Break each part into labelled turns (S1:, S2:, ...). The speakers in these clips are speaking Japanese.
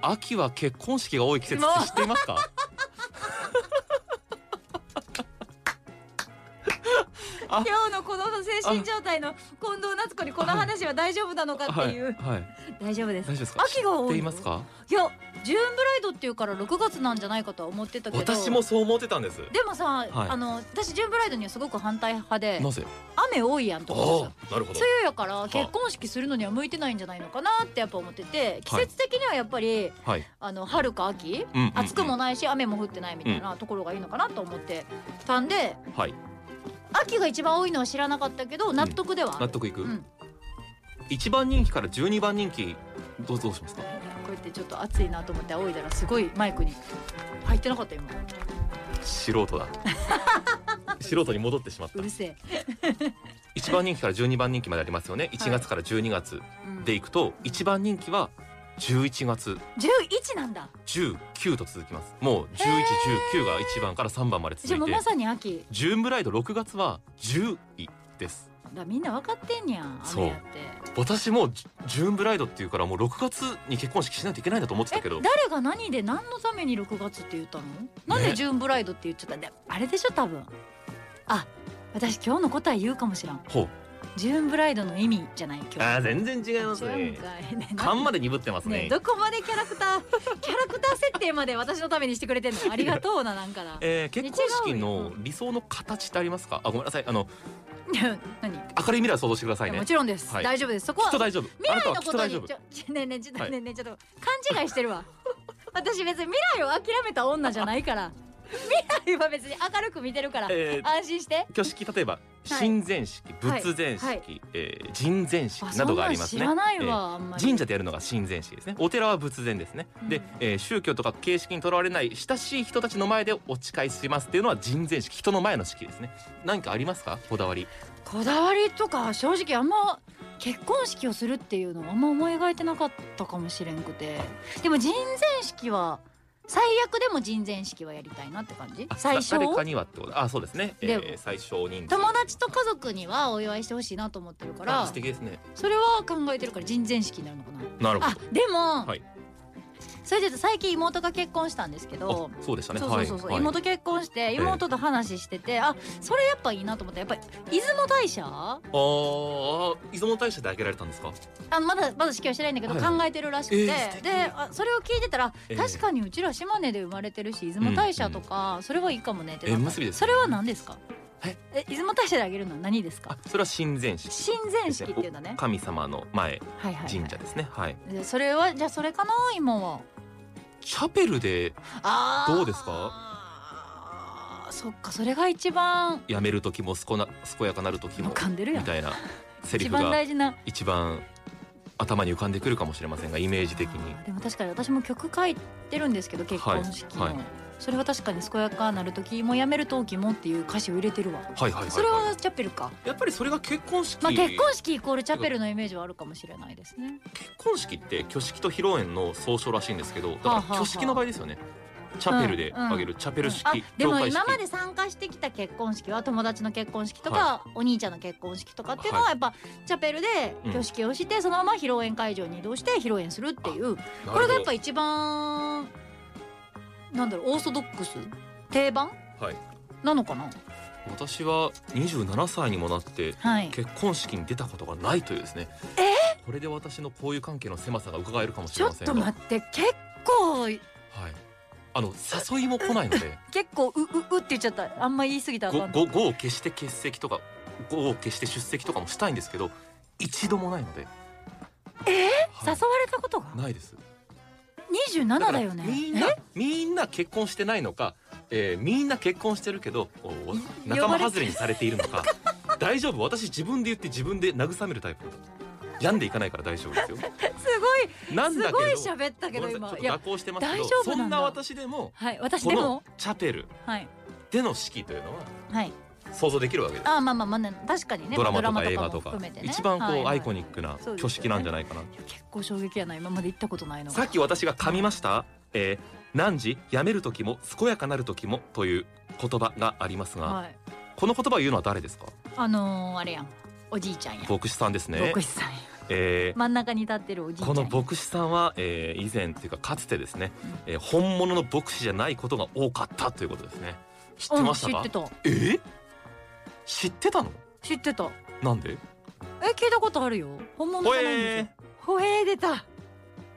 S1: 秋は結婚式が多い季節って知っていますかあ
S2: 今日のこの精神状態の近藤夏子にこの話は大丈夫なのか っていう、
S1: はい、はい、
S2: 大丈夫で
S1: 大丈
S2: す
S1: 夫ですか
S2: 秋が多い
S1: 知っていますか
S2: いやジューンブライドっていうから6月なんじゃないかとは思ってたけど
S1: 私もそう思ってたんです
S2: でもさ、あの私ジューンブライドにはすごく反対派で
S1: なぜ
S2: 雨多いやんと
S1: あ
S2: かさ
S1: あなるほど
S2: 梅雨やから結婚式するのには向いてないんじゃないのかなってやっぱ思ってて季節的にはやっぱり、
S1: はい、
S2: あの春か秋
S1: うんうんうん
S2: 暑くもないし雨も降ってないみたいなところがいいのかなと思ってたんで
S1: はい
S2: 秋が一番多いのは知らなかったけど納得ではあ
S1: 納
S2: る、
S1: 得いく、
S2: うん
S1: 一番人気から十二番人気どうどうしますか
S2: いやこうやってちょっと暑いなと思って仰いだらすごいマイクに入ってなかった今
S1: 素 人だ素人に戻ってしまった
S2: うるせえ、
S1: 一番人気から十二番人気までありますよね一月から十二月
S2: うん、
S1: でいくと一番人気は十一月
S2: 11なんだ
S1: 十九と続きますもう十一十九が一番から三番まで
S2: じ
S1: 続
S2: ゃあ
S1: い
S2: もう
S1: て
S2: まさに秋
S1: ジューンブライド六月は十位です
S2: だみんな分かってんねやん
S1: そう
S2: 雨やって
S1: 私もジュジューンブライドっていうからもう6月に結婚式しないといけないんだと思ってた
S2: え
S1: けど
S2: 誰が何で何のために6月って言ったのなんで
S1: ね
S2: ジューンブライドって言っちゃったんだあれでしょ多分あ私今日の答え言うかもしらん
S1: ほう
S2: ジューンブライドの意味じゃない今日
S1: あー全然違います
S2: 違うん
S1: ね
S2: かいね
S1: 勘まで鈍ってます
S2: ね
S1: ね
S2: どこまでキャラクターキャラクター設定まで私のためにしてくれてんのありがとうななんかな
S1: えー、結婚式
S2: 違う
S1: の
S2: よ
S1: 理想の形ってありますかあごめんなさいあの
S2: いや 何
S1: 明る
S2: い
S1: い未来を想像してください
S2: や
S1: ね
S2: も
S1: き
S2: ちろんです、
S1: はい
S2: 大丈夫ですそこは
S1: っと大丈夫あなた
S2: 未
S1: は
S2: 来の
S1: きっ
S2: ことと
S1: 大
S2: に
S1: 丈
S2: ちょ
S1: 夫
S2: ちょねえねえちょっと
S1: はい
S2: ねえねえちょっと勘違いし てるわ私別に未来を諦めた女じゃないから未来は別に明るく見てるから
S1: えー
S2: 安心して
S1: 挙式例えば神前式、
S2: はい
S1: 仏前式、
S2: はい
S1: えー神前式
S2: あ
S1: などがありますね
S2: そんなん知らないわ、あん
S1: え
S2: ま
S1: ー
S2: り
S1: 神社でやるのが神前式ですねお寺は仏前ですね、
S2: う
S1: で
S2: ん、
S1: えー宗教とか形式にとらわれない親しい人たちの前でお誓いしますっていうのは神前式人の前の式ですね何かありますかこだわり
S2: こだわりとか正直あんま結婚式をするっていうのはあんま思い描いてなかったかもしれんくてでも人前式は最悪でも人前式はやりたいなって感じ
S1: あ
S2: 最初
S1: だ誰かにはってことあそうですね、え
S2: で
S1: ー、最小人数
S2: 友達と家族にはお祝いしてほしいなと思ってるか
S1: あ
S2: ら
S1: 素敵ですね
S2: それは考えてるから人前式になるのかな
S1: なるほ
S2: あでも、
S1: はい
S2: それで言うと最近妹が結婚したんですけ
S1: ど
S2: ど
S1: あそうでしたね
S2: そうそうそうそう、
S1: はい、はい
S2: 妹結婚して妹と話してて、あそれやっぱいいなと思ってやっぱり出雲大社
S1: あーあー出雲大社であげられたんですか
S2: あのまだまだ式はしてないんだけど、
S1: はい
S2: 考えてるらしくて、
S1: えー素敵
S2: であそれを聞いてたら、
S1: えー
S2: 確かにうちら島根で生まれてるし出雲大社とか、それはいいかもねってなった
S1: 縁結びですね
S2: それは何ですか
S1: え
S2: 出雲大社であげるのは何ですか
S1: あそれは神前式
S2: 神前式っていうんだね
S1: 神様の前
S2: はいはい、はい、
S1: 神社ですねはい
S2: でそれはじゃあそれかな今は
S1: チャペルで
S2: あー
S1: どうですか
S2: そっかそれが一番
S1: やめる時もすこな健やかなる時
S2: もう
S1: も
S2: 噛んでるや
S1: み
S2: ん
S1: たいなセリ
S2: 一
S1: フ
S2: 番
S1: が
S2: 大事な
S1: 一番頭に浮かんでくるかもしれませんがイメージ的に
S2: あーでも確かに私も曲書いてるんですけど結婚式の、
S1: はいはい
S2: それは確かに健やかなる時もやめる時もっていう歌詞を入れてるわ
S1: はいはいはい、
S2: それはチャペルか、
S1: やっぱりそれが結婚式、
S2: まあ、結婚式イコールチャペルのイメージはあるかもしれないですね
S1: 結婚式って挙式と披露宴の総称らしいんですけどだか
S2: はあ
S1: ら
S2: はあはあ
S1: 挙式の場合ですよねチャペルであげる、チャペル式、
S2: あで
S1: 教
S2: も
S1: 会式
S2: 今まで参加してきた結婚式は友達の結婚式とか、お兄ちゃんの結婚式とかっていうのはやっぱチャペルで挙式をして、そのまま披露宴会場に移動して披露宴するってい
S1: なる
S2: う
S1: ほど
S2: これがやっぱ一番なんだろうオーソドックス定番
S1: はい
S2: なのかな
S1: 私は27歳にもなって
S2: はい
S1: 結婚式に出たことがないというですねこれで私の交友関係の狭さが伺えるかもし
S2: ち
S1: れ
S2: ょ
S1: ま
S2: っ
S1: せんが
S2: と待って結構
S1: はい、あの誘いも来ないので
S2: 結構うううって言っちゃったあんま言い過ぎたらあ
S1: ご
S2: かん
S1: ごごを消して欠席とかごを消して出席とかもしたいんですけど一度もないので
S2: え
S1: は
S2: 誘わ
S1: い
S2: れたことが
S1: ないです
S2: 27だよ
S1: からみん
S2: ね
S1: なみんな結婚してないのか、えーみんな結婚してるけどおお仲間外れにされているの か大丈夫私自分で言って自分で慰めるタイプだ病んでいかないから大丈夫ですよ
S2: えすごい
S1: なんだ
S2: す
S1: けど
S2: ごい喋ったけ
S1: ご
S2: ど
S1: めんなさいち
S2: 今い
S1: ょっ
S2: や
S1: と蛇行してますけ
S2: 大
S1: ど
S2: 丈夫なんだ
S1: そんな私でも
S2: はい私
S1: こ
S2: で
S1: の
S2: も
S1: チャペル
S2: はい
S1: での式というのは
S2: はい
S1: 想像できるわけです
S2: あーまあまあまあね確かにね
S1: ドラマとか映画
S2: も
S1: とか
S2: 含めてね
S1: 一番
S2: はい
S1: こう
S2: は
S1: ア
S2: い
S1: イコニックな
S2: そうですよね
S1: 挙式なんじゃないかな、
S2: いや結構衝撃やな今まで行ったことないのが
S1: さっき私が噛みました、えー、何時やめる時も健やかなる時もという言葉がありますが、
S2: はい
S1: この言葉を言うのは誰ですか
S2: あのー、あれやんおじいちゃんやん
S1: 牧師さんですね
S2: 牧師さんや
S1: えー
S2: 真ん中に立ってるおじいちゃ
S1: こ
S2: ん
S1: の牧師さんは、えー以前というかかつてですね、えー本物の牧師じゃないことが多かったということですね知ってましたか、
S2: うん、知ってた
S1: えー知ってたの
S2: 知ってた
S1: なんで
S2: え聞いたことあるよ本物じゃないんですよほえー出た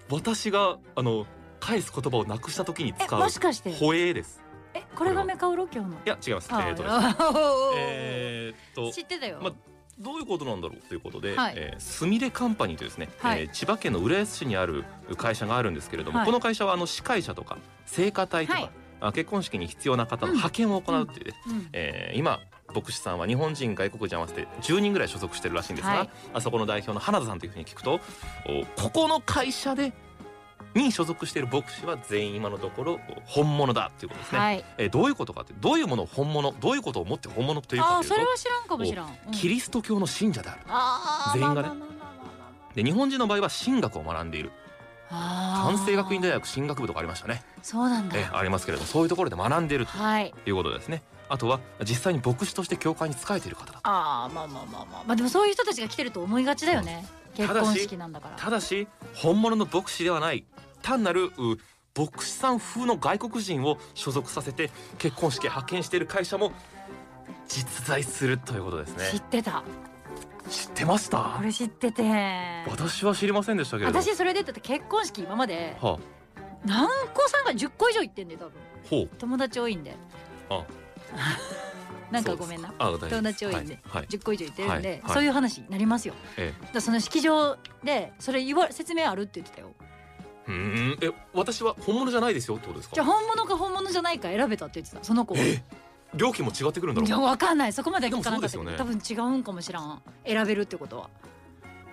S1: 私があの返す言葉をなくした時に
S2: え
S1: 使う
S2: もしかして
S1: ほえーです
S2: えこれがメカウロ今日の
S1: いや違いますえ
S2: あ
S1: ーとですね
S2: おー
S1: えーっと
S2: 知ってたよ、
S1: まどういうことなんだろうということで、
S2: はい
S1: えースミレカンパニーというですね、
S2: はい
S1: えー千葉県の浦安市にある会社があるんですけれども、
S2: はい
S1: この会社はあの司会者とか聖歌隊とか、
S2: はい
S1: あ結婚式に必要な方の
S2: うん
S1: 派遣を行うっていうね、
S2: うん
S1: えー今牧師さんは日本人外国人合わせて10人ぐらい所属してるらしいんですが、
S2: はい
S1: あそこの代表の花田さんというふうに聞くとおここの会社でに所属している牧師は全員今のところお本物だということですね、
S2: はい
S1: えーどういうことかってどういうものを本物どういうことを持って本物という
S2: あ
S1: か
S2: あ
S1: というと
S2: それは知らんかもしらん、うん
S1: キリスト教の信者である
S2: あー
S1: 全員がね
S2: まあまあまあまあまあま
S1: で日本人の場合は神学を学んでいる
S2: ああー
S1: 関西学院大学神学部とかありましたね
S2: そうなんだ
S1: えーありますけれどもそういうところで学んでいる
S2: はい
S1: ということですねあとは実際に牧師として教会に仕えている方だ
S2: あーまあまあまあまあまあでもそういう人たちが来てると思いがちだよね結
S1: ただし
S2: 婚式なんだから
S1: ただし本物の牧師ではない単なるう牧師さん風の外国人を所属させて結婚式へ派遣している会社も実在するということです
S2: 知
S1: ね
S2: ってた
S1: 知ってました
S2: これ知ってて
S1: 私は知りませんでしたけれど
S2: 私それでだって結婚式今まで
S1: は
S2: 何個さんが10個以上行ってんで多分
S1: あ、ほう
S2: 友達多いんで
S1: あ
S2: なんかごめんな
S1: あ大丈夫です
S2: 友達多いんで
S1: はい、はい
S2: 10個以上行ってるんで、
S1: はいはい
S2: そういう話になりますよ
S1: え
S2: だからその式場でそれ言わ説明あるって言ってたよ
S1: えうーんえ私は本物じゃないですよってことです
S2: じゃあ
S1: か
S2: 本物か本物じゃないか選べたって言ってたその子は
S1: え料金も違ってくるんだ
S2: じゃ
S1: ろ
S2: あ
S1: う
S2: わかんないそこまでは聞かなかったけど、
S1: でも
S2: 多
S1: そ
S2: 分違うんかもしらん選べるってことは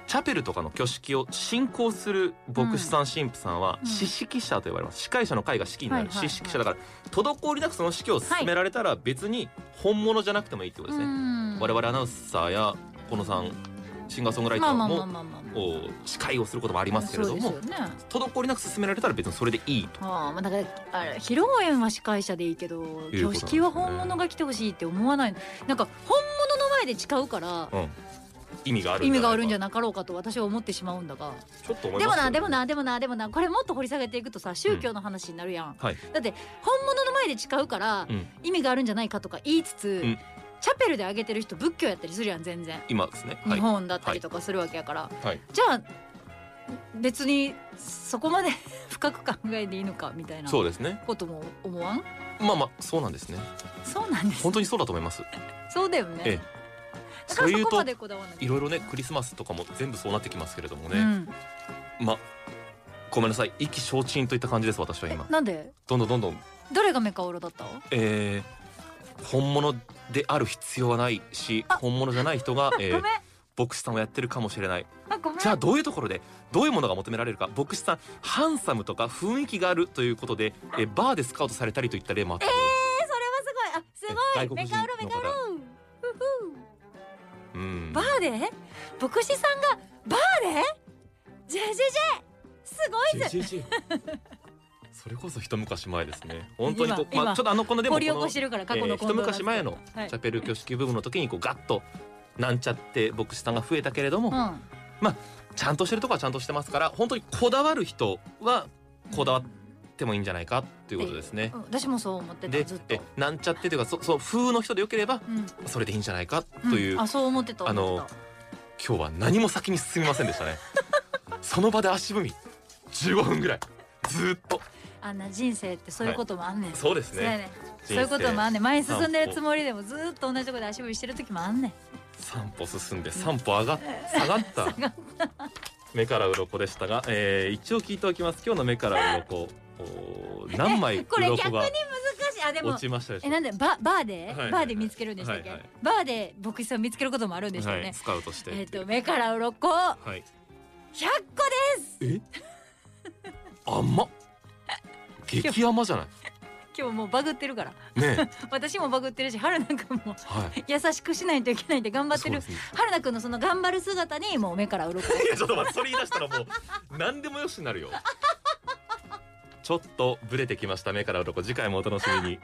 S1: チャペルとかの挙式を進行する牧師さん神父さんは
S2: うん
S1: 司式者と呼ばれます司会者の会が式にな
S2: はい
S1: る
S2: はいはい
S1: 司式者だから滞りなくその式を進められたら別に本物じゃなくてもいいってことですね
S2: ん
S1: 我々アナウンサーやこのさんシンガーソングライタ
S2: まあ
S1: ー
S2: まあまあ
S1: も
S2: まあまあまあ
S1: お司会をすることもありますけれど
S2: そ
S1: も
S2: うですよね
S1: 滞りなく進められたら別にそれでいいと
S2: ああまあだからあれ披露宴は司会者でいいけど
S1: いうことなん
S2: 挙
S1: ですね
S2: 式は本物が来てほしいって思わないなんか本物の前で誓うから
S1: 意味がある
S2: 意味があるんじゃ
S1: ない
S2: なかろうかと私は思ってしまうんだが
S1: かちょっと思い
S2: で
S1: ま
S2: も
S1: す
S2: なでも
S1: な
S2: なでもなでもなこれもっと掘り下げていくとさ宗教の話になるやん、
S1: はい
S2: だって本物の前で誓うから
S1: うん
S2: 意味があるんじゃないかとか言いつつ、
S1: ん
S2: チャペルであげてる人仏教やったりするやん全然
S1: 今ですねは
S2: 日
S1: い
S2: 本だったりとかするわけやから、
S1: はい
S2: じゃあ別にそこまで 深く考えていいのかみたいな
S1: そうですね
S2: ことも思わん
S1: まあまあそうなんですね
S2: そうなんです
S1: 本当にそうだと思います
S2: そうだよね、
S1: ええ
S2: だから
S1: そういう
S2: そ
S1: と
S2: こまでこだわらない
S1: いろいろねクリスマスとかも全部そうなってきますけれども
S2: う
S1: ね、
S2: ん
S1: まあごめんなさい意気消沈といった感じです私は今
S2: なんで
S1: どんどんどんどん、
S2: どれがメカオロだった
S1: えー本物である必要はないし本物じゃない人が、え
S2: ごめん
S1: ー、牧師さんをやってるかもしれない
S2: あごめん
S1: じゃあどういうところでどういうものが求められるか牧師さんハンサムとか雰囲気があるということで、えーバーでスカウトされたりといった例もあったので、
S2: えーそれはすごいあすごい
S1: え
S2: メカオロメカオロふ
S1: う
S2: ふ
S1: ん
S2: バーで牧師さんがバーでジェジェジェすごいぜ
S1: ジェジェジェ それこそ一昔前ですね本当にこう
S2: 今
S1: まあちょっとあのこのでもこ
S2: 掘り起
S1: の
S2: こしてるから過去
S1: え
S2: の
S1: ー一
S2: 近藤夏子
S1: 昔前の
S2: はい
S1: チャペル挙式ブームの時にこうガッとなんちゃって牧師さんが増えたけれども、
S2: うん
S1: ちゃんとしてるとこはちゃんとしてますから本当にこだわる人はこだわってもいいんじゃないかっていうことですね。
S2: うん私もそう思って
S1: で
S2: たずっと
S1: えなんちゃってというかそそう風の人でよければ
S2: うん
S1: それでいいんじゃないか
S2: うん
S1: という、
S2: あそう思ってた
S1: あの
S2: 思って
S1: 今日は何も先に進みませんでした ね。その場で足踏み15分ぐらいずーっと
S2: たあんな人生ってそういうこともあんねん、
S1: そうです
S2: そうや
S1: ね
S2: ねそういうこともあんねん前に進んでるつもりでもずーっと同じとこで足踏みしてる時もあんねん
S1: 3歩進んで3歩上がっ下がった 目から鱗でしたが、えー、一応聞いておきます今日の目から鱗おー何枚
S2: え これ
S1: 鱗
S2: 逆に難
S1: が
S2: しいあでも
S1: 落ちましたでしょ
S2: え
S1: うか
S2: なんでババーで、
S1: はいはいはい
S2: バーで見つけるんでしたっけ、
S1: はいはい
S2: バーで牧師さん見つけることもあるんでしたよね、
S1: はい、スカウトして
S2: えっ、と目から鱗100
S1: はい
S2: 個
S1: え甘っ激甘じゃな
S2: 今日もうバグってるから
S1: いね
S2: 私もバグってるし春菜くんも
S1: はい
S2: 優しくしないといけないって頑張ってる
S1: そうですね
S2: 春菜くんのその頑張る姿にもう目から鱗
S1: いやちょっと待ってそれ言い出したらもう何でもよしになるよちょっとブレてきました目から鱗次回もお楽しみに